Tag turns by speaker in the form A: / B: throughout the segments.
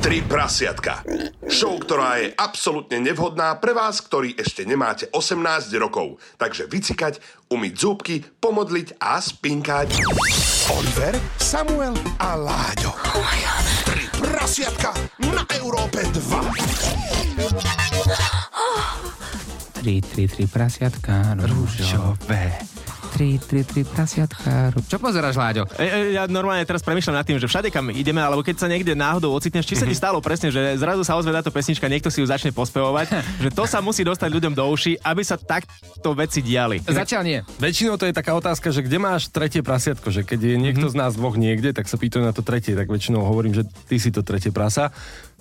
A: Tri prasiatka. Show, ktorá je absolútne nevhodná pre vás, ktorí ešte nemáte 18 rokov. Takže vycikať, umyť zúbky, pomodliť a spinkať.
B: Oliver, Samuel a Láďo. Tri prasiatka na Európe 2.
C: 3, 3, 3 prasiatka, rúžo.
D: Rúžové.
C: 3, 3, 3 prasiatka, rúžo. Čo pozeráš, Láďo?
D: E, e, Ja normálne teraz premyšľam nad tým, že všade kam ideme, alebo keď sa niekde náhodou ocitneš, či sa
E: Mhm.
D: ti stalo presne, že zrazu sa ozve táto pesnička, niekto si ju začne pospevovať, že to sa musí dostať ľuďom do uši, aby sa takto veci diali.
C: Zatiaľ nie.
E: Väčšinou to je taká otázka, že kde máš tretie prasiatko, že keď je
D: Mhm.
E: niekto z nás dvoch niekde, tak sa pýtajú na to tretie, tak väčšinou hovorím, že ty si to tretie prasa.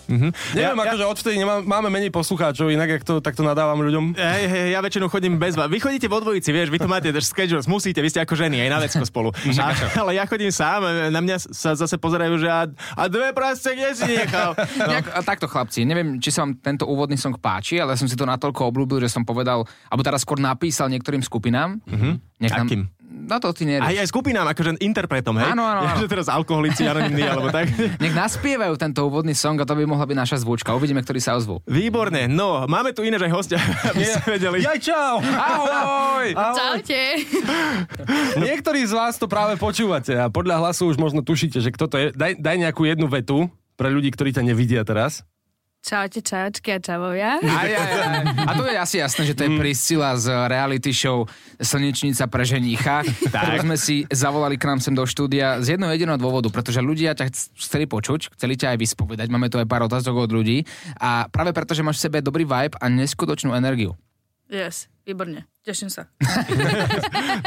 E: Mm-hmm. Neviem,
D: Mhm. Ja-
E: ja, akože odvtedy nemá, máme menej poslucháčov, inak ak to, takto nadávam ľuďom.
D: Hej, hej, ja väčšinou chodím bez vás. Vy chodíte vo dvojici, vieš, vy to máte drž schedules, musíte, vy ste ako ženy, aj na vecko spolu. A, ale ja chodím sám, na mňa sa zase pozerajú, že a, a dve prasce, kde si nechal?
C: No.
D: No.
C: Nejak, a takto chlapci, neviem, či sa vám tento úvodný song páči, ale ja som si to natoľko obľúbil, že som povedal, alebo teraz skôr napísal niektorým skupinám. Mm-hmm.
D: Akým?
C: No to ty
D: Aj,
C: nerieš.
D: aj skupinám, akože interpretom, hej?
C: Áno, áno,
D: Ja,
C: áno.
D: že teraz alkoholici anonimní, alebo tak.
C: Nech naspievajú tento úvodný song a to by mohla byť naša zvučka. Uvidíme, ktorý sa ozvú.
D: Výborné, no, máme tu iné aj hostia, aby ste vedeli.
E: Jaj, čau!
C: Ahoj!
F: Čaute.
E: Niektorí z vás to práve počúvate a podľa hlasu už možno tušíte, že kto to je. Daj, daj nejakú jednu vetu pre ľudí, ktorí ťa nevidia teraz.
F: Čaute, čajočky a čavovia.
C: Aj, aj, aj. A to je asi jasné, že to je Priscila z reality show Slnečnica pre ženícha, ktorú sme si zavolali k nám sem do štúdia z jedného jediného dôvodu, pretože ľudia ťa chc- chceli počuť, chceli ťa aj vyspovedať, máme tu aj pár otázok od ľudí a práve preto, že máš v sebe dobrý vibe a neskutočnú energiu.
F: Yes, výborne. Teším sa.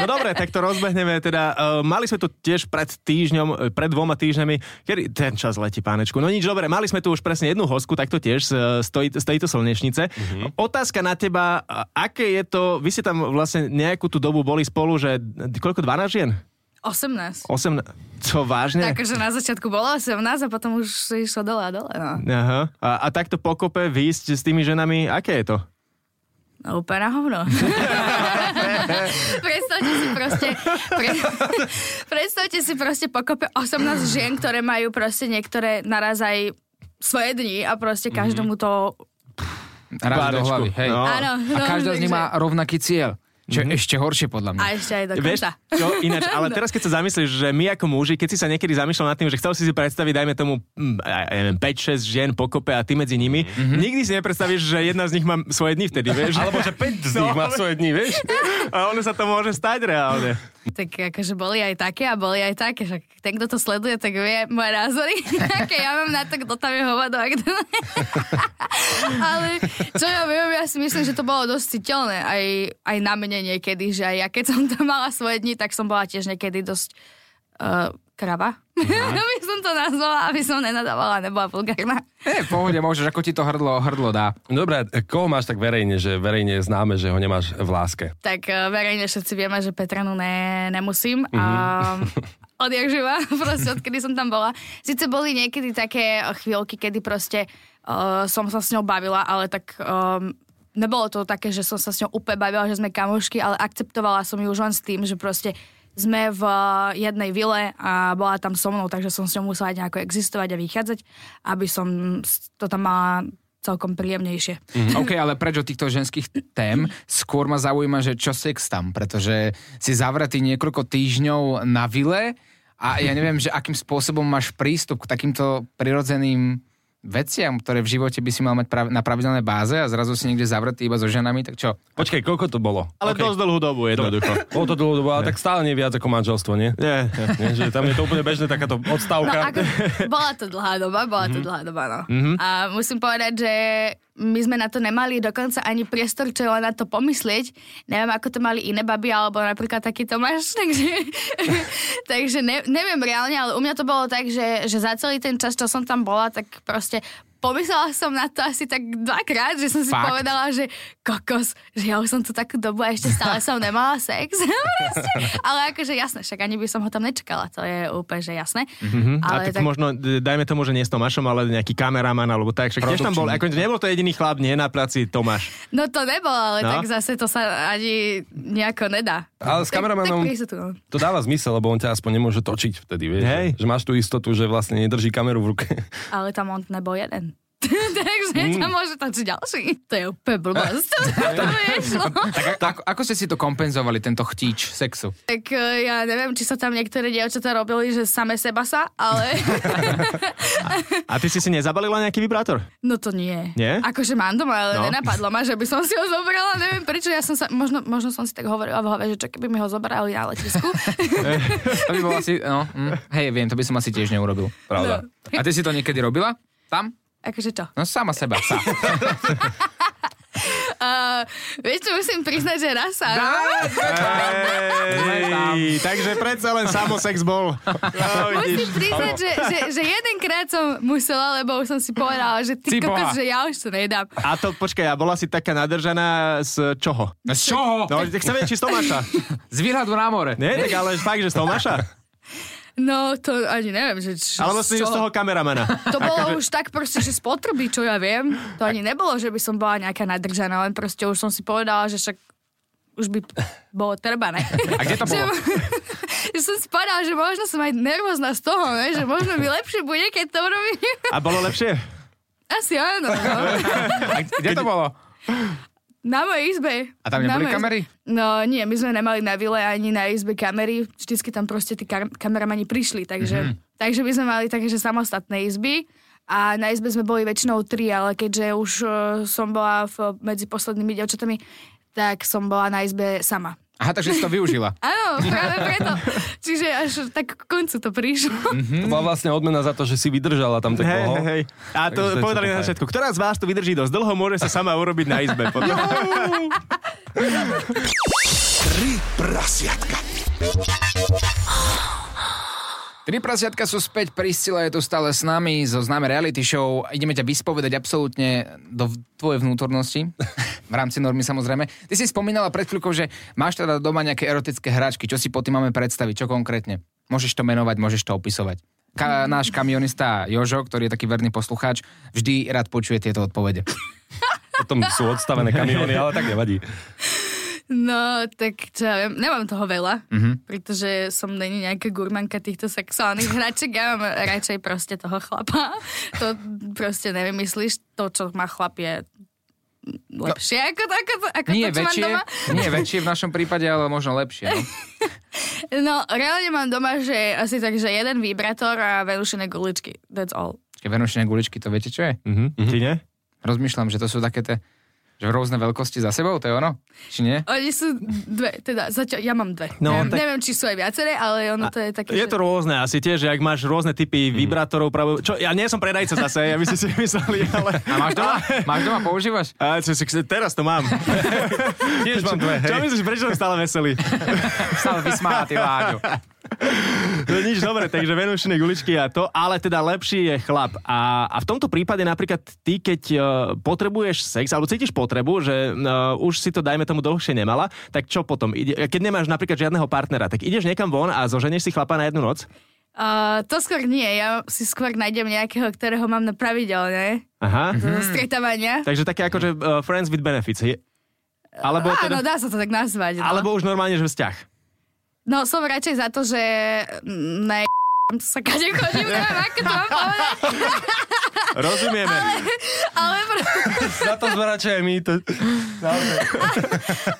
D: No dobre, tak to rozbehneme. Teda, uh, mali sme tu tiež pred týždňom, eh, pred dvoma týždňami, kedy ten čas letí, pánečku. No nič, dobre, mali sme tu už presne jednu hosku, tak to tiež z, eh, z, toj, z tejto slnečnice. Otázka na teba, a- aké je to, vy ste tam vlastne nejakú tú dobu boli spolu, že d- koľko, 12 žien?
F: 18.
D: 8, čo vážne?
F: Takže na začiatku bolo 18 a potom už sa išlo dole a dole. No.
D: Aha. A, a takto pokope výjsť s tými ženami, aké je to?
F: no úplne na hovno. predstavte si proste, pre, predstavte si proste pokope 18 žien, ktoré majú proste niektoré naraz aj svoje dni a
D: Mhm.
F: proste každému to...
C: Rád do
D: Pánečku,
C: hlavy, hej.
D: no.
F: Áno.
C: A každá z nich má
F: takže-
C: rovnaký cieľ, čo je ešte horšie podľa mňa.
F: A ešte aj do
D: Vieš,
F: konca.
D: čo ináč, ale
F: No.
D: teraz keď sa zamyslíš, že my ako muži, keď si sa niekedy zamýšľal nad tým, že chcel si si predstaviť, dajme tomu, mm, ja ja neviem, 5-6 žien pokope a ty medzi nimi, mm-hmm. nikdy si nepredstavíš, že jedna z nich má svoje dni vtedy, vieš?
E: Mhm. Alebo že 5 z
D: No,
E: nich má svoje dni, vieš?
D: A ono sa to môže stať reálne.
F: Tak akože boli aj také a boli aj také. Však ten, kto to sleduje, tak vie moje názory. Aké ja mám na to, kto tam je hovado a kto ne. Ale čo ja viem, ja si myslím, že to bolo dosť citeľné. Aj, aj na mne niekedy, že aj ja keď som tam mala svoje dni, tak som bola tiež niekedy dosť uh, krava. Aby som to nazvala, aby som nenadávala, nebola vulgárna.
C: Nie, v pohode, môžeš, ako ti to hrdlo, hrdlo dá.
E: Dobre, a koho máš tak verejne, že verejne je známe, že ho nemáš v láske?
F: Tak eh, verejne všetci vieme, že Petranu ne, nemusím. A odjak živa, proste odkedy som tam bola. Sice boli niekedy také eh, chvíľky, kedy proste uh, som sa s ňou bavila, ale tak um, nebolo to také, že som sa s ňou úplne bavila, že sme kamošky, ale akceptovala som ju už len s tým, že proste sme v eh, jednej vile a bola tam so mnou, takže som s ňou musela nejako existovať a vychádzať, aby som s- to tam mala celkom príjemnejšie.
D: Mhm.
C: OK, ale preč od týchto ženských tém? Skôr ma zaujíma, že čo sex tam, pretože si zavretý niekoľko týždňov na vile a ja neviem, že akým spôsobom máš prístup k takýmto prirodzeným veciam, ktoré v živote by si mal mať prav- na pravidelnej báze a zrazu si niekde zavretý iba so ženami, tak čo?
E: Počkaj, koľko to bolo?
D: Ale okay. dosť dlhú dobu jednoducho.
E: Bolo to dlho, ale tak stále nie viac ako manželstvo, nie?
D: Nie.
E: nie že tam je to úplne bežné, takáto
F: No,
E: odstávka.
F: ako, bola to dlhá doba, bola to dlhá doba, no. A musím povedať, že my sme na to nemali dokonca ani priestor, čo je len na to pomyslieť. Neviem, ako to mali iné baby, alebo napríklad taký Tomáš, takže, takže ne, neviem reálne, ale u mňa to bolo tak, že, že za celý ten čas, čo som tam bola, tak proste pomyslela som na to asi tak dvakrát, že som si
C: Fakt?
F: povedala, že kokos, že ja už som tu takú dobu a ešte stále som nemala sex. Proste. ale akože jasné, však ani by som ho tam nečakala, to je úplne, že jasné. Mm-hmm.
D: Ale a tak, tak možno, d- dajme tomu, že nie s Tomášom, ale nejaký kameraman alebo tak. Však tiež tam bol, ako nebol to jediný chlap, nie na práci Tomáš.
F: No to nebolo, ale
D: No.
F: no? tak zase to sa ani nejako nedá.
E: Ale s
F: Tak-
E: kameramanom-
F: Tak, prísu tu, no.
E: To dáva zmysel, lebo on ťa aspoň nemôže točiť vtedy, vieš.
D: Hej.
E: Že máš tú istotu, že vlastne nedrží kameru v ruke.
F: ale tam on nebol jeden. Takže mm. tam môže točiť ďalší. To je úplne blbosť. to by nešlo.
C: Tak a- ako, ako ste si to kompenzovali, tento chtíč sexu?
F: tak e, ja neviem, či sa tam niektoré dievčatá robili, že same seba sa, ale
D: A ty si si nezabalila nejaký vibrátor?
F: no to nie.
D: Nie?
F: Akože mám doma, ale
D: No.
F: no. nenapadlo ma, že by som si ho zobrala, neviem prečo. Ja som sa, možno, možno som si tak hovorila v hlave, že čo keby mi ho zobrali na letisku.
C: To by bolo asi, no, hm, hej, viem, to by som asi tiež neurobil. Pravda.
F: No.
C: A ty si to niekedy robila? Tam?
F: akože čo?
C: No sama seba, sa.
F: Uh, vieš čo, musím priznať, že raz sa...
D: Hej, takže predsa len samosex bol. No,
F: Musím priznať, že, že, že jedenkrát som musela, lebo už som si povedala, že ty
C: Si boha.
F: kokos, že ja už to nedám.
D: A to, počkaj, a bola si taká nadržaná z čoho?
C: No z čoho?
D: No, chcem vedieť, či z Tomáša.
C: Z výhľadu na more.
D: Nie, tak ale fakt, že z Tomáša?
F: No, to ani neviem, že... Č-
D: Alebo
F: z
D: si z
F: čoho.
D: toho kameramana?
F: To bolo už tak proste, že spotrby, čo ja viem. To ani nebolo, že by som bola nejaká nadržaná, len proste už som si povedala, že však už by bolo treba, ne?
C: A kde to
F: Že,
C: bolo?
F: že som si povedala, že možno som aj nervózna z toho, ne? že možno mi lepšie bude, keď to robím.
D: A bolo lepšie?
F: Asi áno. No.
C: A kde to bolo?
F: Na mojej izbe.
C: A tam neboli
F: Na mojej-
C: kamery?
F: No nie, my sme nemali na vile ani na izbe kamery. Vždycky tam proste tí kar- kameramani prišli,
C: Mhm.
F: takže, mm-hmm. takže my sme mali také, že samostatné izby. A na izbe sme boli väčšinou tri, ale keďže už uh, som bola v, medzi poslednými dievčatami, tak som bola na izbe sama.
C: Aha, takže si to využila.
F: Áno, práve preto. Čiže až tak k koncu to prišlo.
E: Hm. To bola vlastne odmena za to, že si vydržala tam tak
D: Mhm. Hej,
E: dlho.
D: hej, hej. A
E: Takže
D: to
E: to je
D: povedali
E: celkom
D: na
E: fajn.
D: začiatku. Ktorá z vás tu vydrží dosť dlho, môže sa sama urobiť na izbe. Potom.
B: Tri prasiatka.
C: Tri prasiatka sú späť, Priscila je tu stále s nami zo známe reality show. Ideme ťa vyspovedať absolútne do v- tvojej vnútornosti, v rámci normy samozrejme. Ty si spomínala pred chvíľkou, že máš teda doma nejaké erotické hračky. Čo si po tým máme predstaviť? Čo konkrétne? Môžeš to menovať, môžeš to opisovať. Ka- náš kamionista Jožo, ktorý je taký verný poslucháč, vždy rád počuje tieto odpovede.
E: Potom sú odstavené kamióny, ale tak nevadí.
F: No, tak čo ja viem, nemám toho veľa, mm-hmm.
D: Mhm.
F: pretože som není nejaká gurmanka týchto sexuálnych hračiek, ja mám radšej proste toho chlapa. To proste nevymyslíš, to, čo má chlap je
D: No.
F: lepšie ako, ako, ako
C: Nie je
F: to, čo mám
C: väčšie,
F: doma.
C: nie je väčšie v našom prípade, ale možno lepšie. No?
F: No, reálne mám doma, že asi tak, že jeden vibrátor a venušené guličky. That's all.
C: Čiže Venušine guličky, to viete čo je?
E: Hm?
D: Mhm, Ty nie?
C: Rozmýšľam, že to sú také tie, že rôzne veľkosti za sebou, to je ono? Či nie?
F: Oni sú dve, teda zatiaľ, ja mám dve.
D: No,
F: neviem,
D: tak-
F: neviem, či sú aj viaceré, ale ono to je také,
D: Je to rôzne asi tiež, že ak máš rôzne typy vibrátorov, práve, čo, ja nie som predajca zase, aby ste si mysleli, ale...
C: A máš doma? Máš doma, používaš?
D: A čo, si- teraz to mám.
E: Tiež mám dve,
D: Čo myslíš, prečo som stále veselý?
C: Stále vysmála, ty Láďo.
D: No nič, dobre, takže venušené guličky a to, ale teda lepší je chlap. A, a v tomto prípade napríklad ty, keď uh, potrebuješ sex, alebo cítiš potrebu, že uh, už si to, dajme tomu, dlhšie nemala, tak čo potom? Ide, keď nemáš napríklad žiadneho partnera, tak ideš niekam von a zoženeš si chlapa na jednu noc?
F: Uh, to skôr nie, ja si skôr nájdem nejakého, ktorého mám na pravidelné
D: Aha.
F: mm. stretávania.
D: Takže také akože uh, friends with benefits. Je, alebo,
F: Áno,
D: teda,
F: no, dá sa to tak nazvať. No,
D: alebo už normálne, že vzťah.
F: no som radšej za to, že ne sa kade chodím, neviem, ako to mám povedať,
D: Rozumieme.
F: ale, pro-
E: Za to sme radšej aj my. To...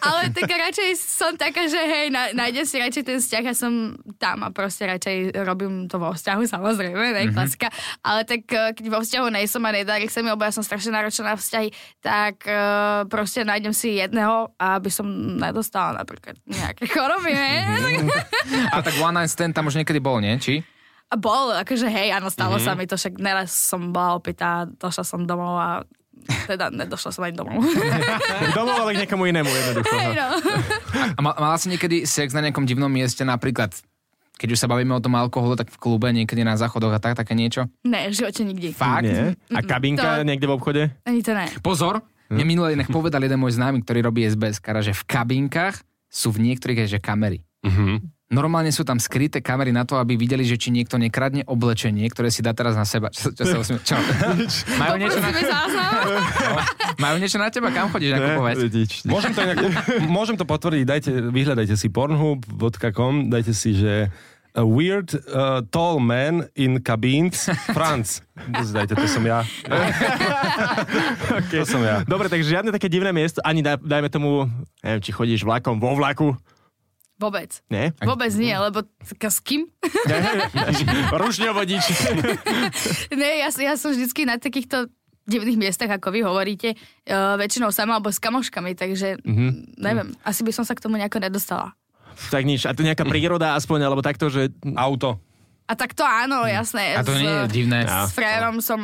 F: ale tak radšej som taká, že hej, na- nájdem si radšej ten vzťah a som tam a proste radšej robím to vo vzťahu, samozrejme,
D: Mhm.
F: ne, klasika. Ale tak eh, keď vo vzťahu nejsom a nedarí sa mi, lebo ja som strašne náročná na vzťahy, tak eh, proste nájdem si jedného, aby som nedostala napríklad nejaké choroby,
D: Mhm.
F: ne?
C: A tak one night stand tam už niekedy bol, nie? Či?
F: A bol, akože hej, áno,
C: Mhm.
F: stalo mm-hmm. sa mi to, však neraz som bola opitá, došla som domov a teda nedošla som ani domov.
D: Domov, ale k niekomu inému jednoducho.
F: hej,
D: no.
F: no.
C: A ma- mala si niekedy sex na nejakom divnom mieste, napríklad keď už sa bavíme o tom alkohole, tak v klube, niekedy na záchodoch a tak, také niečo.
F: Ne, v živote nikdy.
C: Fakt?
D: Nie? A kabinka
F: Mhm. to-
D: niekde v obchode?
F: Ani to ne.
C: Pozor, mne minulé inak povedal jeden môj známy, ktorý robí SBS kara, že v kabinkách sú v niektorých aj že kamery. Normálne sú tam skryté kamery na to, aby videli, že či niekto nekradne oblečenie, ktoré si dá teraz na seba. Čo, čo, sa usmie- čo? Majú, niečo na,
F: Poprosíme záznam.
C: majú niečo na teba? Kam chodíš nakupovať?
D: Vidíš.
E: Môžem to, inak, môžem to potvrdiť, dajte, vyhľadajte si pornhub.com, dajte si, že a weird uh, tall man in cabins, France. Dajte, to som ja. To som ja.
D: Dobre, takže žiadne také divné miesto, ani da, dajme tomu, neviem, či chodíš vlakom vo vlaku,
F: Vôbec.
D: nie?
F: Vôbec nie, lebo tak s kým?
D: Rušňovodič.
F: Ne, ja, ja som vždycky na takýchto divných miestach, ako vy hovoríte, uh, väčšinou sama alebo s kamoškami, takže mm-hmm.
C: Mhm.
F: neviem, asi by som sa k tomu nejako nedostala.
D: tak nič, a to nejaká príroda aspoň, alebo takto, že...
E: Auto.
F: A tak to áno,
C: Mhm.
F: jasné.
C: A to
F: s-
C: nie je divné.
F: S frajerom som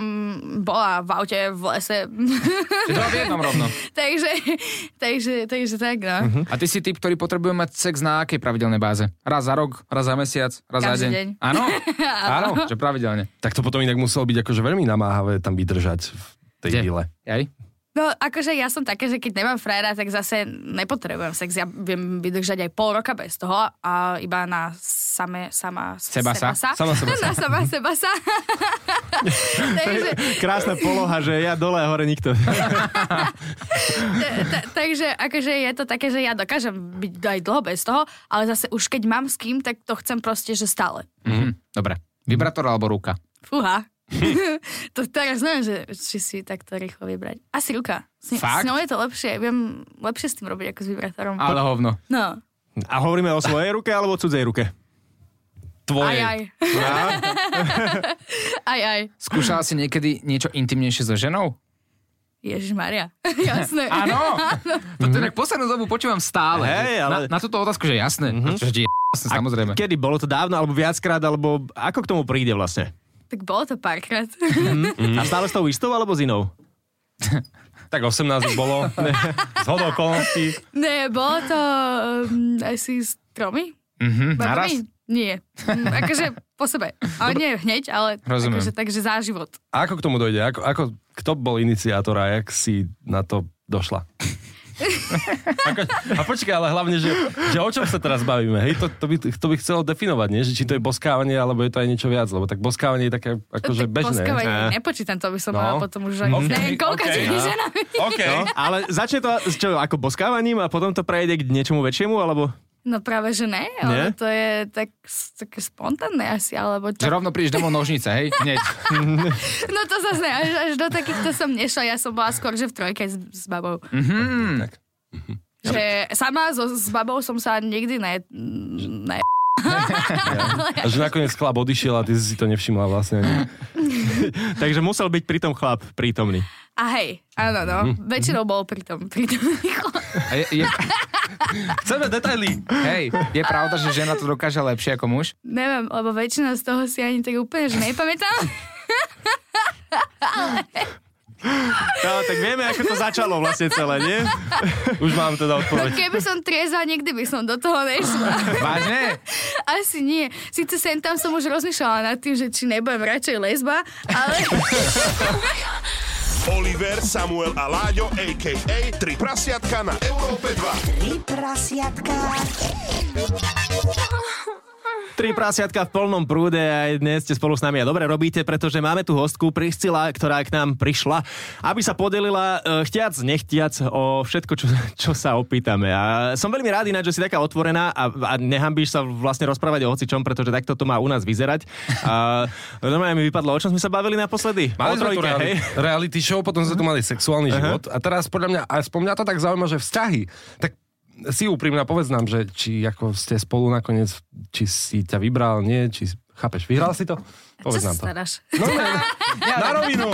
F: bola v aute, v lese,
C: Že to v jednom rovno.
F: takže, takže, takže tak, no.
C: A ty si typ, ktorý potrebuje mať sex na akej pravidelnej báze? Raz za rok, raz za mesiac, raz za
F: Každý
C: deň.
F: deň.
C: Áno? Áno, že pravidelne.
E: Tak to potom inak muselo byť akože veľmi namáhavé tam vydržať v tej
C: Kde?
E: vile.
C: Jaj?
F: No, akože ja som také, že keď nemám frajera, tak zase nepotrebujem sex. Ja viem vydržať aj pol roka bez toho a iba na same, sama
C: Seba sa?
E: Sama seba
F: na sama seba sa. takže,
D: Krásna poloha, že ja dole a hore nikto.
F: ta- takže akože je to také, že ja dokážem byť aj dlho bez toho, ale zase už keď mám s kým, tak to chcem proste, že stále.
C: Mhm. Dobre. Vibrátor alebo ruka?
F: Fúha.
C: Hm.
F: to teraz neviem, že, či si takto rýchlo vybrať. Asi ruka. S,
C: Fakt?
F: s ňou je to lepšie. Viem lepšie s tým robiť ako s vibrátorom.
C: Ale hovno.
F: No.
D: A hovoríme o svojej ruke alebo cudzej ruke?
F: Aj,
E: Tvoje.
F: aj. aj, aj.
C: Skúšala si niekedy niečo intimnejšie so ženou?
F: Ježiš Maria. Jasné.
C: Áno! Toto inak poslednú dobu počúvam stále.
D: Hej,
C: Že
D: ale-
C: na, na túto otázku, že jasné. Mm-hmm. Čo, že je jasné, samozrejme.
D: Kedy? Bolo to dávno, alebo viackrát, alebo ako k tomu príde vlastne?
F: Tak bolo to párkrát.
E: Mhm.
D: A stále s tou istou alebo s inou?
E: Tak 18 bolo. Z hodou okolností.
F: ne, bolo to um, asi s tromi?
C: Mhm, naraz?
F: babami? Nie. Mm, akože po sebe. Ale nie hneď, ale
C: Rozumiem.
F: akože, takže za život.
E: A ako k tomu dojde? Ako, ako, kto bol iniciátor a jak si na to došla? Ako, a počkaj, ale hlavne, že, že o čom sa teraz bavíme? Hej, to, to, by, to by chcelo definovať, nie? Že či to je boskávanie, alebo je to aj niečo viac, lebo tak boskávanie je také akože
F: Tak
E: bežné.
F: Boskávanie,
C: eh.
D: Á.
F: nepočítam to, aby som
E: No.
F: mala potom už aj
C: Mm.
E: Ok,
F: neviem, koľka
E: ok.
F: okay,
E: Á.
F: ženami.
E: OK.
D: No, ale začne to s čo, ako boskávaním a potom to prejde k niečomu väčšiemu, alebo...
F: No práve, že ne, ale to je tak, také spontánne asi, alebo
C: Že
F: čo.
C: rovno prídeš domov nožnice, hej? Hneď.
F: No to zase ne, až, až do takýchto som nešla, ja som bola skôr, že v trojke s, s babou.
C: Mhm.
F: Že sama so, s babou som sa nikdy ne... ne
E: A že nakoniec chlap odišiel a ty si to nevšimla vlastne. Ani.
D: Takže musel byť pritom chlap prítomný.
F: a hej, áno, no.
C: Mhm.
F: Väčšinou bol pritom. pritom
C: A je, je,
E: Chceme detaily.
C: hej, je pravda, že žena to dokáže lepšie ako muž?
F: Neviem, lebo väčšina z toho si ani tak úplne, že nepamätám.
D: No, tak vieme, ako to začalo vlastne celé, nie?
E: Už mám teda
F: No
E: odpoveď.
F: keby som triezva, nikdy by som do toho nešla.
C: Vážne?
F: Asi nie. Sice sem tam som už rozmýšľala nad tým, že či nebudem radšej lesba, ale
A: Oliver, Samuel a Láďo, a.k.a. Tri prasiatka na Európe 2.
G: Tri prasiatka.
D: Tri prasiatka v plnom prúde a aj dnes ste spolu s nami a dobre robíte, pretože máme tu hostku Priscila, ktorá k nám prišla, aby sa podelila e, chtiac, nechtiac o všetko, čo, čo sa opýtame. A som veľmi rád ináč, že si taká otvorená a, a nehambíš sa vlastne rozprávať o hocičom, pretože takto to má u nás vyzerať. A normálne mi vypadlo, o čom sme sa bavili naposledy. o
E: Mali sme tu
D: trojke, hej?
E: reali- reality show, potom sme tu mali sexuálny život a teraz podľa mňa, a spomňa to tak zaujíma, že vzťahy, tak si úprimná, povedz nám, že či ako ste spolu nakoniec, či si ťa vybral, nie, či chápeš, vyhral si to?
F: čo
E: Povedz
F: sa
E: nám to.
F: staráš?
E: No, ne, na rovinu.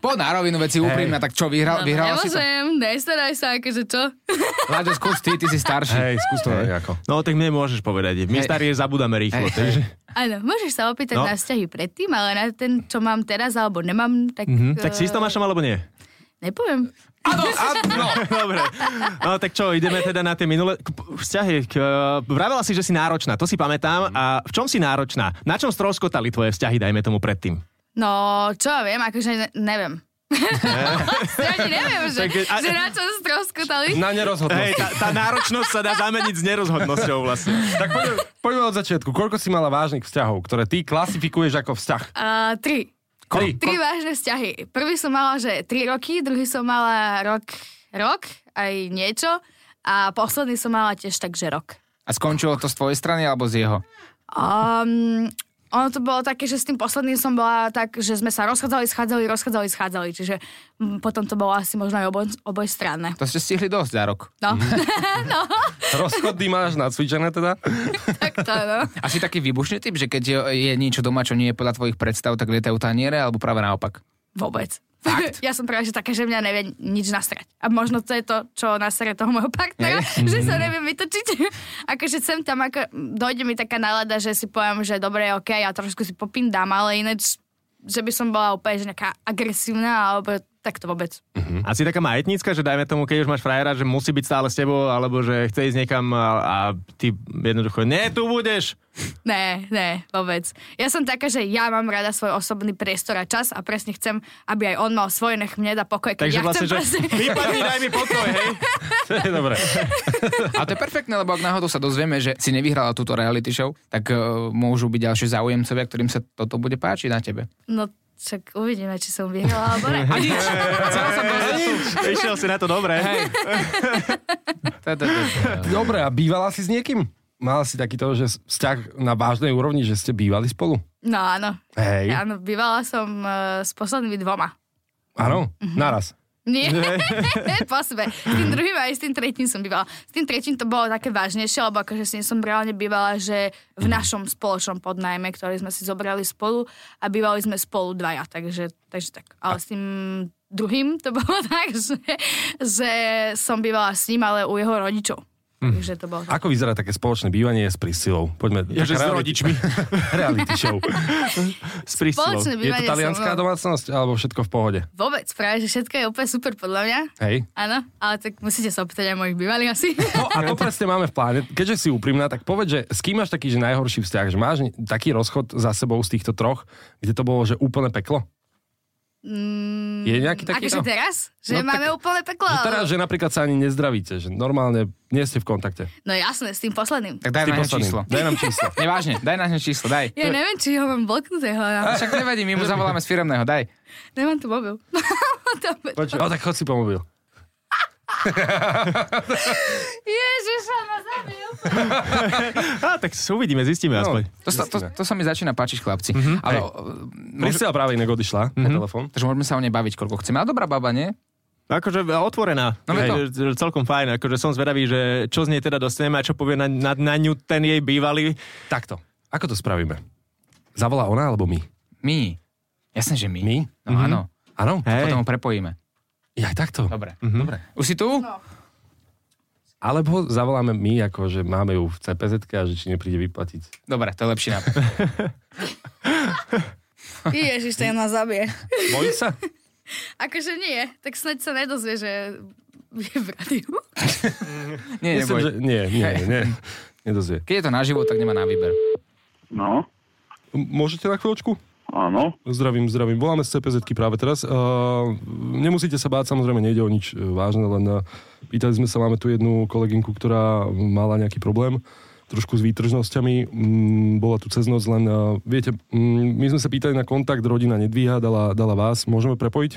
C: Po na rovinu veci úprimná, tak čo, vyhral, vyhrala si to?
F: Nemôžem, nestaraj sa, akože čo?
C: Láďo, skús ty, ty si starší.
E: Hej, skús to nejako.
D: No tak mne môžeš povedať, my
C: Hej.
D: starí zabudáme rýchlo,
C: Hej.
D: takže...
F: Áno, môžeš sa opýtať
D: No. Mhm,
F: na vzťahy predtým, ale na ten, čo mám teraz alebo nemám, tak... eh,
D: Hm, tak si to máš alebo nie?
F: Nepoviem.
C: Áno, áno.
D: Dobre. No tak čo, ideme teda na tie minulé k- p- vzťahy. K, e, vravela si, že si náročná, to si pamätám. A v čom si náročná? Na čom stroskotali tvoje vzťahy, dajme tomu predtým?
F: No, čo ja viem, akože ne- neviem. Strašne neviem, že,
D: Tak, a-
F: že na čo stroskotali.
E: Na
D: Hej,
E: nerozhodnosti.
D: tá, tá náročnosť sa dá zameniť s nerozhodnosťou vlastne.
E: Tak poďme, poďme od začiatku. Koľko si mala vážnych vzťahov, ktoré ty klasifikuješ ako vzťah?
F: Uh, tri.
E: Tri.
F: Tri vážne vzťahy. Prvý som mala, že tri roky, druhý som mala rok, rok, aj niečo. A posledný som mala tiež takže rok.
C: A skončilo to z tvojej strany alebo z jeho?
F: Um, ono to bolo také, že s tým posledným som bola tak, že sme sa rozchádzali, schádzali, rozchádzali, schádzali. Čiže mm, potom to bolo asi možno aj oboj, obojstranné.
C: To ste stihli dosť za rok.
F: No,
E: Rozchody máš nacvičené teda?
F: tak to no.
C: A si taký výbušný typ, že keď je je niečo doma, čo nie je podľa tvojich predstav, tak lietajú taniere, alebo práve naopak?
F: Vôbec. Fakt? Ja som práve že taká, že mňa nevie nič nasrať. A možno to je to, čo nasere toho môjho partnera, že sa neviem vytočiť. akože sem tam, ako dojde mi taká nálada, že si poviem, že dobre, ok, ja trošku si popindám, ale ináč, že by som bola úplne že nejaká agresívna, alebo tak to vôbec.
D: Hm. A si taká majetnícka, že dajme tomu, keď už máš frajera, že musí byť stále s tebou, alebo že chce ísť niekam a, a ty jednoducho, nie, tu budeš.
F: Ne, ne, vôbec. Ja som taká, že ja mám rada svoj osobný priestor a čas a presne chcem, aby aj on mal svoj, nech mne dá pokoj, keď
D: Takže
F: ja
D: vlastne, že
F: chcem proste...
D: vypadni, daj mi pokoj, hej.
E: To je dobré.
C: A to je perfektné, lebo ak náhodou sa dozvieme, že si nevyhrala túto reality show, tak uh, môžu byť ďalšie záujemcovia, ktorým sa toto bude páčiť na tebe.
F: No, však uvidíme, či som vyhrala, alebo ne.
C: nič. Chcel som dozvedieť.
D: Išiel si na to dobre.
C: Tá, tá, tá, tá.
E: Dobre, a bývala si s niekým? Mala si takýto, že vzťah na vážnej úrovni, že ste bývali spolu?
F: No áno.
E: Hej.
F: Áno, bývala som uh, s poslednými dvoma.
E: Áno?
F: Mhm.
E: Naraz.
F: Nie, po sebe. S tým druhým aj s tým tretím som bývala. S tým tretím to bolo také vážnejšie, lebo akože s ním som reálne bývala, že v našom spoločnom podnajme, ktorý sme si zobrali spolu a bývali sme spolu dvaja, takže, takže tak. Ale s tým druhým to bolo tak, že, že som bývala s ním, ale u jeho rodičov. Takže to bolo
E: Hm.
F: tak.
E: Ako vyzerá také spoločné bývanie s Priscilou? Poďme.
D: Ja, že s
E: taká reality-
D: rodičmi.
E: Reality show.
D: S prísilou.
E: Je
F: Spoločné
E: to
F: bývanie
E: talianská
F: som...
E: domácnosť, alebo všetko v pohode?
F: Vôbec, práve, že všetko je úplne super podľa mňa.
E: Hej.
F: Áno, ale tak musíte sa opýtať aj mojich bývalých asi.
E: No a to presne máme v pláne. Keďže si úprimná, tak povedz, že s kým máš taký že najhorší vzťah? Že máš ne- taký rozchod za sebou z týchto troch, kde to bolo že úplne peklo? Mm, je nejaký taký? no?
F: Akože teraz?
E: No
F: Že no,
E: tak-
F: máme tak... úplne peklo?
E: Že teraz, že napríklad sa ani nezdravíte, že normálne nie ste v kontakte.
F: No jasné, s tým posledným.
C: Tak daj
E: S
C: na
E: tým
C: ňo
E: posledným.
C: číslo.
E: Daj nám číslo.
C: Nevážne, daj na ňo číslo, daj.
F: Ja neviem, či ho mám bloknutého. ale
C: Však nevadí, my mu zavoláme z firemného, daj.
F: Nemám tu mobil. Dobre.
E: Počuť. No tak chod si pomobil.
F: Ježiša, ma zabil.
D: Á, tak si uvidíme, zistíme aspoň.
C: To sa, to, to sa mi začína páčiť, chlapci. Mm-hmm. Ale,
E: Mhm, Hej.
C: uh, môže,
E: Priscila No, práve inak odišla
D: Mhm.
E: na telefón.
C: takže môžeme sa o nej baviť, koľko chceme. A dobrá baba, nie?
D: Akože otvorená.
C: No, veď to.
D: Hej, že- že celkom fajn. Akože som zvedavý, že čo z nej teda dostaneme a čo povie na, na, na ňu ten jej bývalý.
E: Takto. Ako to spravíme? Zavolá ona alebo my?
C: My. Jasné, že my.
E: My? Mhm.
C: No mm-hmm. áno.
E: Áno?
D: Hej.
C: Potom ho prepojíme.
E: Ja aj takto.
C: Dobre. Mm-hmm.
E: Mhm.
C: Dobre. Už si tu? No.
E: Alebo zavoláme my, ako že máme ju v CPZ a že či nepríde vyplatiť.
C: Dobre, to je lepší nápad.
F: Ježiš, ten ma zabije.
E: Bojí sa?
F: Akože nie, tak snáď sa nedozvie, že je v rádiu.
C: Nie,
E: Myslím,
C: neboj.
E: že nie, nie, nie. Nedozvie.
C: Keď je to naživo, tak nemá na výber.
G: No,
E: M- Môžete na chvíľočku?
G: áno.
E: Zdravím, zdravím. Voláme z cpz práve teraz. Uh, nemusíte sa báť, samozrejme nejde o nič eh, vážne, len eh, pýtali sme sa, máme tu jednu kolegynku, ktorá mala nejaký problém trošku s výtržnosťami, mm, bola tu cez noc, len eh, viete, mm, my sme sa pýtali na kontakt, rodina nedvíha, dala, dala vás, môžeme prepojiť?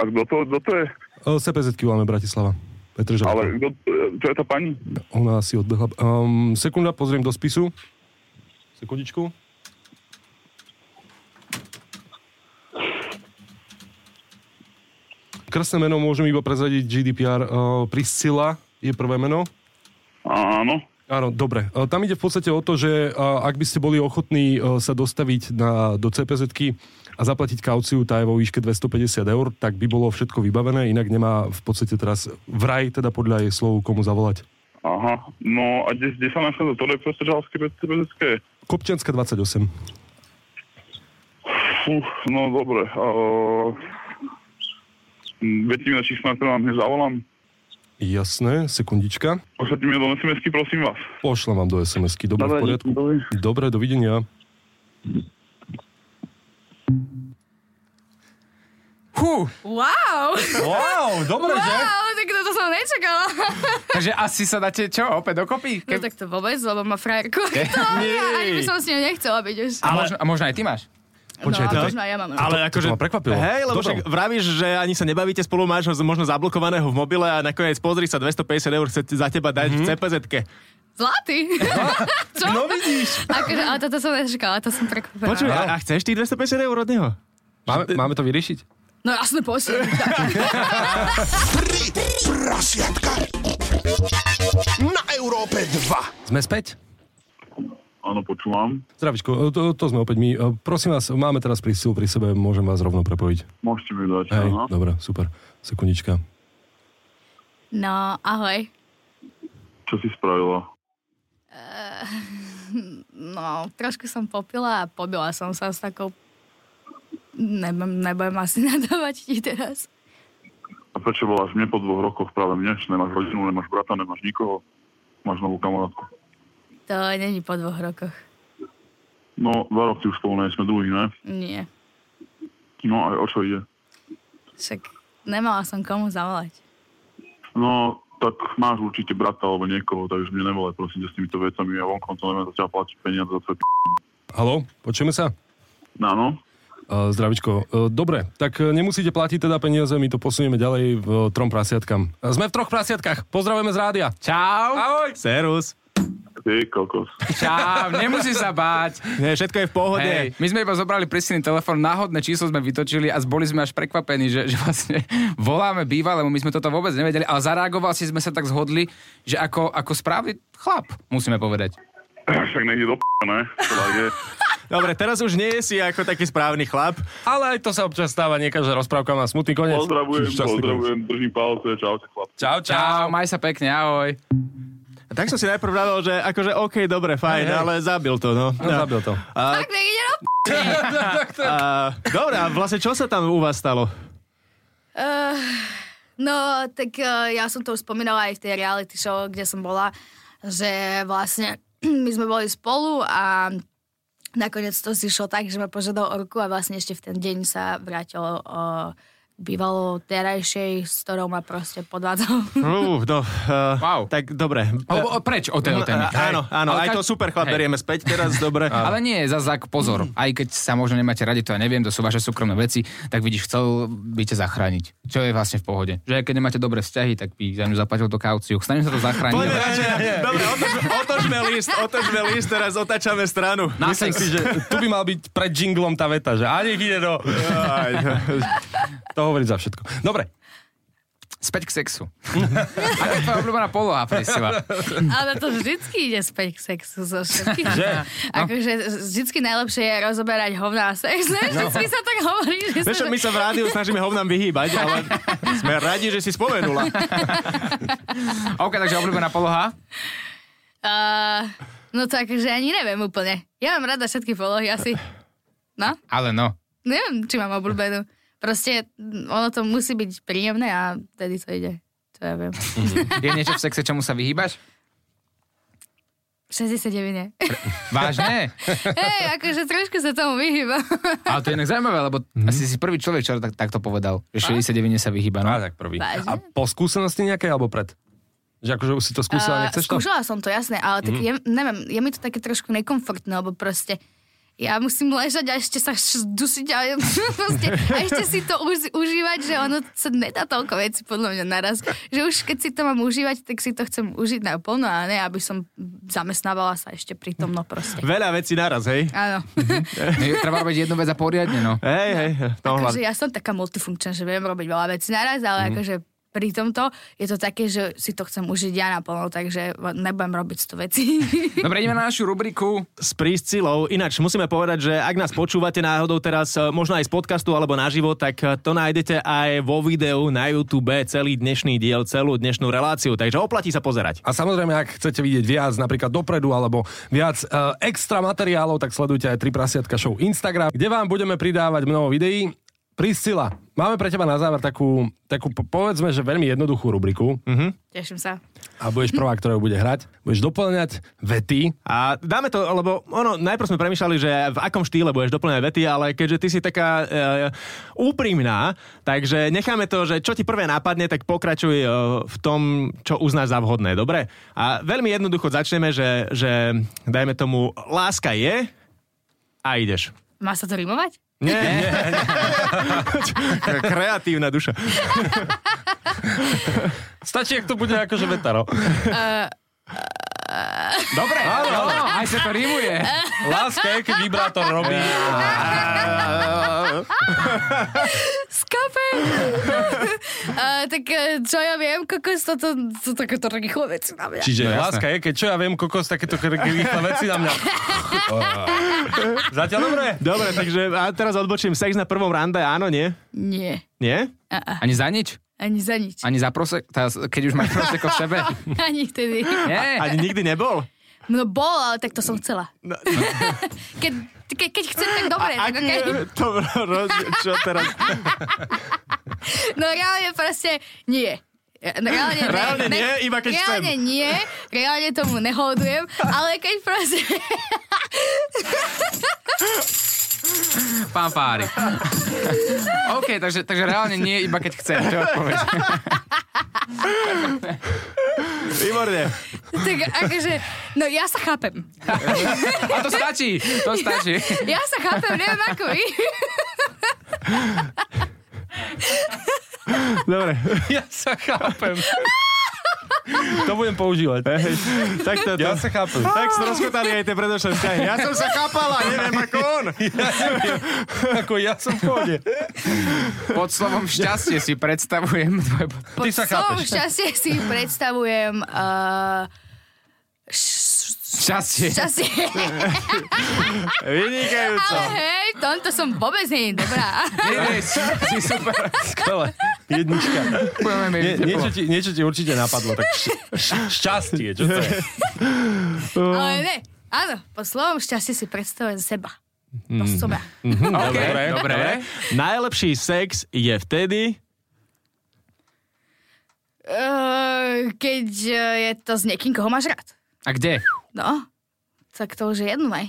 G: A kto to, kto to je?
E: Uh, cpz voláme Bratislava. Petr Žalko.
G: Ale kto, čo je tá pani?
E: Ona si odbehla. Um, sekunda, pozriem do spisu. Sekundičku. Krstné meno môžem iba prezadiť GDPR. Uh, Priscila je prvé meno.
G: Áno.
E: Áno, dobre. E, Tam ide v podstate o to, že e, ak by ste boli ochotní e, sa dostaviť na, do cpz a zaplatiť kauciu, tá je vo výške 250 eur, tak by bolo všetko vybavené, inak nemá v podstate teraz vraj, teda podľa jej slov, komu zavolať.
G: Aha. No a kde, kde sa nachádza? Toto je prostredžalské, prostredžalské.
E: Kopčianska 28.
G: Fú, no dobre. Uh, vetíme číslo, na ktoré vám hneď zavolám.
E: Jasné, sekundička.
G: Pošlite mi do sms prosím vás.
E: Pošlem vám do SMS-ky, dobre, v
G: Dobre,
E: poriadku.
G: dobre.
E: Dobre, dovidenia.
C: Hú,
F: Wow!
E: Wow, dobre, že?
F: Wow, tak toto som nečakala.
C: takže asi sa dáte čo, opäť dokopy?
F: No
C: Keb-
F: tak to vôbec, lebo má frajerku. Ktorá, ani by som s ňou nechcela byť už.
C: a, možno, a možno aj ty máš?
D: Počkaj,
F: no,
D: to-
F: ale možno aj ja mám.
D: Ale
E: To
D: akože...
E: ma prekvapilo.
D: Hej, lebo
E: Dobre.
D: však vravíš, že ani sa nebavíte spolu, máš ho z- možno zablokovaného v mobile a nakoniec pozri sa, 250 eur chce za teba dať
E: Mhm.
D: mm-hmm. v cpz
F: Zlatý. Čo? No vidíš. Akože, ale toto som nečakala, to som prekvapená.
D: Počuj, a, a chceš tých 250 eur od neho?
E: Máme, máme to vyriešiť?
F: No jasne, posiel.
B: Tri prasiatka na Európe 2.
E: Sme späť?
G: Áno, počúvam.
E: Zdravičko, to, to sme opäť my. E, Prosím vás, máme teraz prísil pri sebe, môžem vás rovno prepojiť.
G: Môžete mi dať.
E: Hej,
G: áno.
E: dobre, super. Sekundička.
F: No, ahoj.
G: Čo si spravila?
F: No, trošku som popila a pobila som sa s takou... Nebudem, nebudem asi nadávať ti teraz.
G: A prečo voláš mne po dvoch rokoch práve mne? Že Nemáš rodinu, nemáš brata, nemáš nikoho. Máš novú kamarátku.
F: To není po dvoch rokoch.
G: No, dva roky už spolu nie sme druhý, ne?
F: Nie.
G: No a o čo ide?
F: Však nemala som komu zavolať.
G: No, tak máš určite brata alebo niekoho, takže mne nevolaj prosím ťa s týmito vecami. Ja vonkom to neviem, zatiaľ platiť peniaze za to. No,
E: Halo, počujeme sa?
G: Áno,
E: E, Zdravičko, e, dobre, tak e, nemusíte platiť teda peniaze, my to posunieme ďalej v e, trom prasiatkam. E, Sme v troch prasiatkách, pozdravujeme z rádia.
C: Čau,
D: Ahoj. Serus.
G: ty kokos.
C: čau, nemusíš sa báť.
D: Nie, všetko je v pohode.
C: Hej, my sme iba zobrali prísný telefón, náhodné číslo sme vytočili a boli sme až prekvapení, že, že vlastne voláme bývalému, my sme toto vôbec nevedeli, ale zareagoval si, sme sa tak zhodli, že ako, ako správny chlap, musíme povedať.
G: Však nejde do p***a, ne? Čo tak je?
D: Dobre, teraz už nie si ako taký správny chlap.
E: Ale aj to sa občas stáva, nie každá rozprávka má smutný koniec.
G: Pozdravujem,
E: Čiže šťastný
G: pozdravujem, držím palce, čaute chlapci.
E: koniec. Čau, čau.
C: Čau, maj sa pekne, ahoj.
D: A Tak som si najprv vravel, že akože OK, dobre, fajn,
E: Hej, hej.
D: ale zabil to, no.
E: No, zabil to.
F: Tak nech ide na p***.
D: A, dobre, a vlastne čo sa tam u vás stalo?
F: Eh, no, tak eh, ja som to už spomínala aj v tej reality show, kde som bola, že vlastne my sme boli spolu a nakoniec to si šlo tak, že ma požiadal o ruku a vlastne ešte v ten deň sa vrátilo o bývalo terajšej, s ktorou ma proste podvádzal.
D: Uf, do, uh,
C: Wow.
D: Tak dobre.
C: O, o, preč od tej témy.
D: A- No, Áno, áno,
C: Ale
D: aj
C: ka-
D: to super chlap
C: Hej.
D: berieme späť teraz, dobre.
C: Ale nie, za zak pozor. Aj keď sa možno nemáte radi, to ja neviem, to sú vaše súkromné veci, tak vidíš, chcel by ťa zachrániť. Čo je vlastne v pohode. Že aj keď nemáte dobré vzťahy, tak by za ňu zaplatil do kauciu. Snažím sa to zachrániť.
D: Poďme radšej. Dobre, otočme, otočme list, otočme list, teraz otáčame stranu.
C: Na
E: Myslím
C: sex.
E: si, že tu by mal byť pred jinglom tá veta, že ani ide do... To hovorí za všetko. Dobre,
C: Späť k sexu. Aká je tvoja obľúbená poloha pre seba?
F: Ale to vždycky ide späť k sexu zo všetkých.
D: no.
F: Akože vždycky najlepšie je rozoberať hovná a sex. Ne? Vždycky sa tak hovorí. Že
D: No. Vieš, čo, my sa v rádiu snažíme hovnám vyhýbať, ale sme radi, že si spomenula.
C: OK, takže obľúbená poloha.
F: Uh, no tak, že ani neviem úplne. Ja mám rada všetky polohy asi. No,
C: Ale no.
F: neviem, či mám obľúbenú. Proste mm, ono to musí byť príjemné a tedy to ide. To ja viem.
C: Je niečo v sexe, čomu sa vyhýbaš?
F: 69.
C: Vážne?
F: Hej, akože trošku sa tomu vyhýba.
C: Ale to je inak zaujímavé, lebo
E: Mhm.
C: asi si prvý človek, čo tak, takto povedal. Že 69 sa vyhýba, no.
E: a tak prvý.
F: Vážne?
E: A po skúsenosti nejakej alebo pred? Že akože už si to skúsila,
F: A
E: nechceš to? Mhm.
F: skúšala som to, jasné, ale tak je, neviem, je mi to také trošku nekomfortné, lebo proste ja musím ležať a ešte sa š- dusiť a, proste, a ešte si to už, užívať, že ono sa nedá toľko veci podľa mňa naraz. Že už keď si to mám užívať, tak si to chcem užiť naplno a ne, aby som zamestnávala sa ešte pri tom, no proste.
D: Veľa vecí naraz, hej?
F: Áno.
C: Je- Treba robiť jednu vec a poriadne, no.
D: Hej, hej, to
F: akože ja som taká multifunkčná, že viem robiť veľa vecí naraz,
E: Mhm.
F: ale akože pri tomto je to také, že si to chcem užiť ja naplno, takže nebudem robiť 100 vecí.
C: Dobre, ideme na našu rubriku.
D: s Priscilou. Ináč musíme povedať, že ak nás počúvate náhodou teraz, e, možno aj z podcastu alebo naživo, tak e, to nájdete aj vo videu na YouTube celý dnešný diel, celú dnešnú reláciu. Takže oplatí sa pozerať.
E: A samozrejme, ak chcete vidieť viac napríklad dopredu alebo viac e, extra materiálov, tak sledujte aj 3 prasiatka show Instagram, kde vám budeme pridávať mnoho videí Priscila, máme pre teba na záver takú, takú po- povedzme, že veľmi jednoduchú rubriku
F: Teším sa.
E: a budeš prvá, ktorá ju bude hrať. Budeš doplňať vety.
D: A dáme to, lebo ono, najprv sme premýšľali, že v akom štýle budeš doplňať vety, ale keďže ty si taká e, úprimná, takže necháme to, že čo ti prvé nápadne, tak pokračuj e, v tom, čo uznáš za vhodné, dobre? A veľmi jednoducho začneme, že, že dajme tomu, láska je a ideš.
F: Má sa to rimovať?
D: Nie, nie, nie. Kreatívna duša.
E: Stačí, ak to bude akože veta, no.
C: Dobre, áno, áno, aj sa to rímuje.
E: Láska je, keď vibrátor robí.
F: Skape! uh, tak eh, čo ja viem, kokos, toto, to, to, to, to rýchlo veci na mňa.
E: Čiže
C: jasné.
E: no, láska je, keď čo ja viem, kokos, takéto kr- kr- rýchle veci na mňa. Zatiaľ dobre?
D: Dobre, takže a teraz odbočím. Sex na prvom rande, áno, nie?
F: Nie,
D: Nie?
C: Ani za nič?
F: ani za nič.
C: Ani za prosek? Tá, keď už máš proseko v sebe?
F: Ani vtedy.
C: Nie.
D: Ani nikdy nebol?
F: No bol, ale tak to som chcela. Keď, ke, keď chcem, tak dobre.
D: No, A-
F: tak, okay.
D: aký- To roz... Čo teraz?
F: No reálne proste nie. No, Reálne, ne,
D: Reálne
F: ne,
D: nie, iba keď
F: reálne
D: chcem.
F: nie, reálne tomu nehodujem, ale keď proste...
C: Pán Fári. OK, takže, takže reálne nie, iba keď chcem. To je odpoveď.
D: Výborne.
F: Tak akože, no ja sa chápem.
C: A to stačí, to stačí.
F: Ja sa chápem, neviem ako vy.
D: Dobre.
E: Ja sa chápem. To budem používať.
D: Hej, tak to, to.
E: Ja sa chápem.
D: Tak stroskotali aj tie predošlé vzťahy. Ja som sa chápala, neviem ako on.
E: Ako ja som v pohode.
C: Pod slovom šťastie si predstavujem tvoje...
E: Ty sa
F: Som
E: chápeš.
F: šťastie si predstavujem... Uh, š-
C: Šťastie.
F: šťastie.
D: Vynikajúco.
F: Ale hej, v tomto som vôbec nie je dobrá.
C: Nie, nie, si, si super.
E: Skvelé. Jednička.
C: Budeme mi
E: Nie, niečo, ti, niečo ti určite napadlo. Tak š- š- šťastie, čo to je? No.
F: Ale ne, áno, po slovom šťastie si predstavujem seba. To
E: Mhm.
F: seba.
E: Dobre,
C: dobre.
D: Najlepší sex je vtedy...
F: Eh, keď eh, je to s niekým, koho máš rád.
C: A kde?
F: No, tak to už je jedno aj.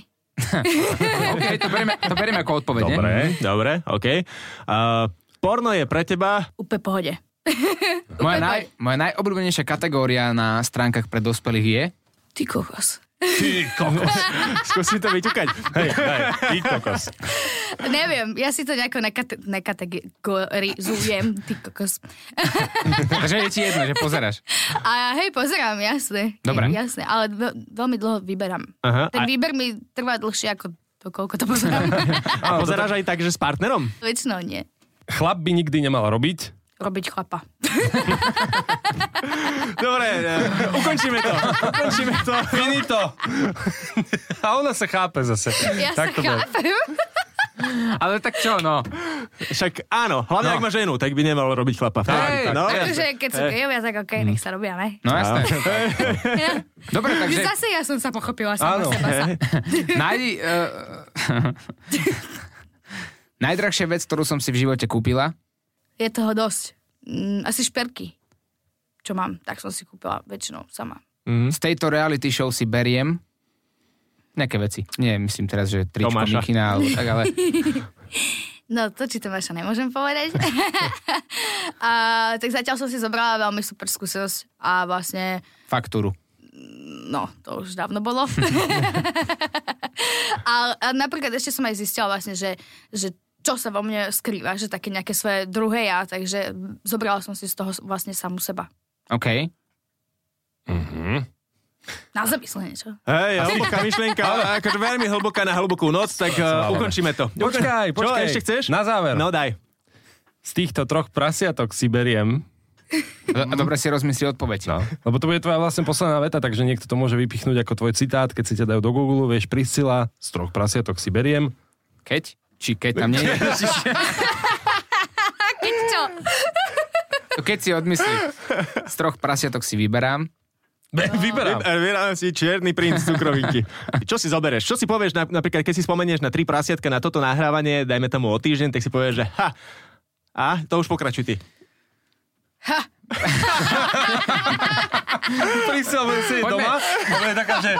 C: OK, to berieme, to berieme ako odpoveď, nie?
E: Dobre.
D: Mhm. Dobre, OK. Uh, porno je pre teba...
F: Úplne pohode.
C: Moja, naj, moja najobľúbenejšia kategória na stránkach pre dospelých je...
F: Ty kokos.
E: Ty kokos.
D: Skúsim to vyťukať.
E: Hej, hej, ty kokos.
F: Neviem, ja si to nejako nekate- nekategorizujem. Ty kokos.
C: Takže je ti jedno, že pozeráš.
F: A hej, pozerám, jasne.
C: Dobre.
F: Jasne, ale veľ- veľmi dlho vyberám.
D: Aha,
F: Ten
D: a-
F: výber mi trvá dlhšie ako to, koľko to pozerám.
D: A pozeráš aj tak, že s partnerom?
F: Väčšinou nie.
E: Chlap by nikdy nemal robiť.
F: Robiť chlapa.
D: Dobre, uh, ukončíme to. Ukončíme to.
E: Finito. A ona sa chápe zase.
F: Ja sa
E: to bude.
F: chápem.
C: Ale tak čo, no.
D: Však áno, hlavne no. ak má ženu, tak by nemal robiť chlapa.
C: Hej,
D: no.
F: Akože keď sú gejovia, tak okej, nech sa robia, ne?
C: No jasné. Dobre,
F: Takže...
C: takže
F: Zase ja som sa pochopila sama
E: Áno.
F: seba. Sa.
C: najdi... Uh, najdrahšia vec, ktorú som si v živote kúpila,
F: Je toho dosť. Mm, asi šperky, čo mám, tak som si kúpila väčšinou sama.
E: Mhm.
C: z tejto reality show si beriem nejaké veci. Nie, myslím teraz, že tričko,
D: Tomáša.
C: mikina, alebo tak, ale
F: No to, či to máš, nemôžem povedať. a, tak zatiaľ som si zobrala veľmi super skúsenosť a vlastne,
C: faktúru.
F: no, to už dávno bolo. a, a napríklad ešte som aj zistila vlastne, že, že čo sa vo mne skrýva, že také nejaké svoje druhé ja, takže zobrala som si z toho vlastne samú seba.
C: OK.
F: Na zamyslenie, čo?
D: Hej, hlboká myšlienka, ale akože veľmi hlboká na hlbokú noc, tak uh, ukončíme to. Čo,
E: Počkaj, počkaj.
D: ešte chceš?
E: Na záver.
D: No daj.
E: Z týchto troch prasiatok si beriem.
C: Do- Dobre si rozmyslí odpoveď.
E: Mhm. No. Lebo to bude tvoja vlastne posledná veta, takže niekto to môže vypichnúť ako tvoj citát, keď si ťa dajú do Google, vieš, Priscila, z troch prasiatok si beriem.
C: Keď? Či keď tam nie je?
F: Keď čo?
C: Keď si odmyslí. Z troch prasiatok si vyberám.
E: Vyberám.
D: Vy- Vyberáme si čierny princ cukrovinky. Čo si zoberieš? Čo si povieš, na- napríklad, keď si spomenieš na tri prasiatka na toto nahrávanie, dajme tomu o týždeň, tak si povieš, že ha, a to už pokračuj ty.
E: Prísel, bude si
C: Poďme.
E: doma. Bude taká, že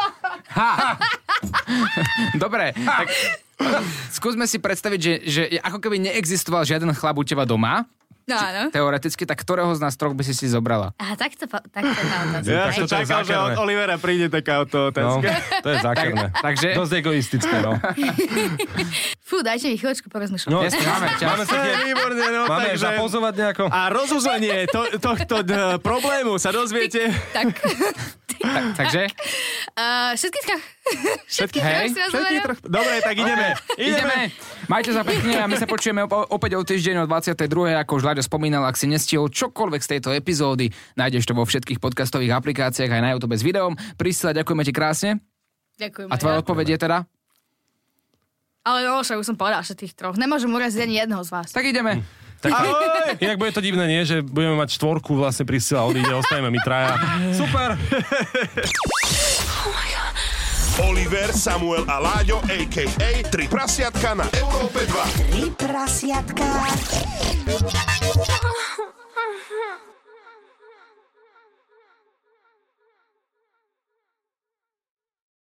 C: Dobre, tak skúsme si predstaviť, že, že ako keby neexistoval žiaden chlap u teba doma,
F: No áno.
C: teoreticky, tak ktorého z nás troch by si si zobrala?
F: Aha, takto, po- takto tá otázka.
E: Ja
D: Ja
E: tak
D: som
E: toto je
D: čakal, že
E: zákerné.
D: od Olivera príde taká
E: No,
D: otázka.
E: to je zákerné.
C: takže-
E: Dosť egoistické, no.
F: Fú, dajte mi chvíľočku porozmýšľať.
E: No,
C: Jasne, máme čas.
E: Máme sa
D: To
E: tie...
D: je výborné, no,
E: Máme
D: takže...
E: zapozovať nejako?
D: A rozuzlenie to, tohto d- problému sa dozviete.
F: Tak.
C: Takže
F: Uh, všetkých troch. Všetkých
C: Hej,
F: troch si vás
D: Všetkých
F: zoberiem.
D: troch... Dobre, tak ideme.
C: ideme. Majte sa pekne a my sa počujeme op- opäť o týždeň o 22. Ako už Láďo spomínal, ak si nestihol čokoľvek z tejto epizódy, nájdeš to vo všetkých podcastových aplikáciách aj na YouTube s videom. Prisila, ďakujeme ti krásne.
F: Ďakujem.
C: A tvoja odpoveď je teda?
F: Ale no, však už som povedal všetkých troch. Nemôžem uraziť ani jedného z vás.
C: Tak ideme.
E: Tak,
D: Ahoj!
E: inak bude to divné, nie? Že budeme mať štvorku vlastne prisila, odíde, ostaneme my traja. Super!
A: Oliver, Samuel a Láďo, a.k.a. Tri prasiatka na Európe 2.
H: Tri prasiatka.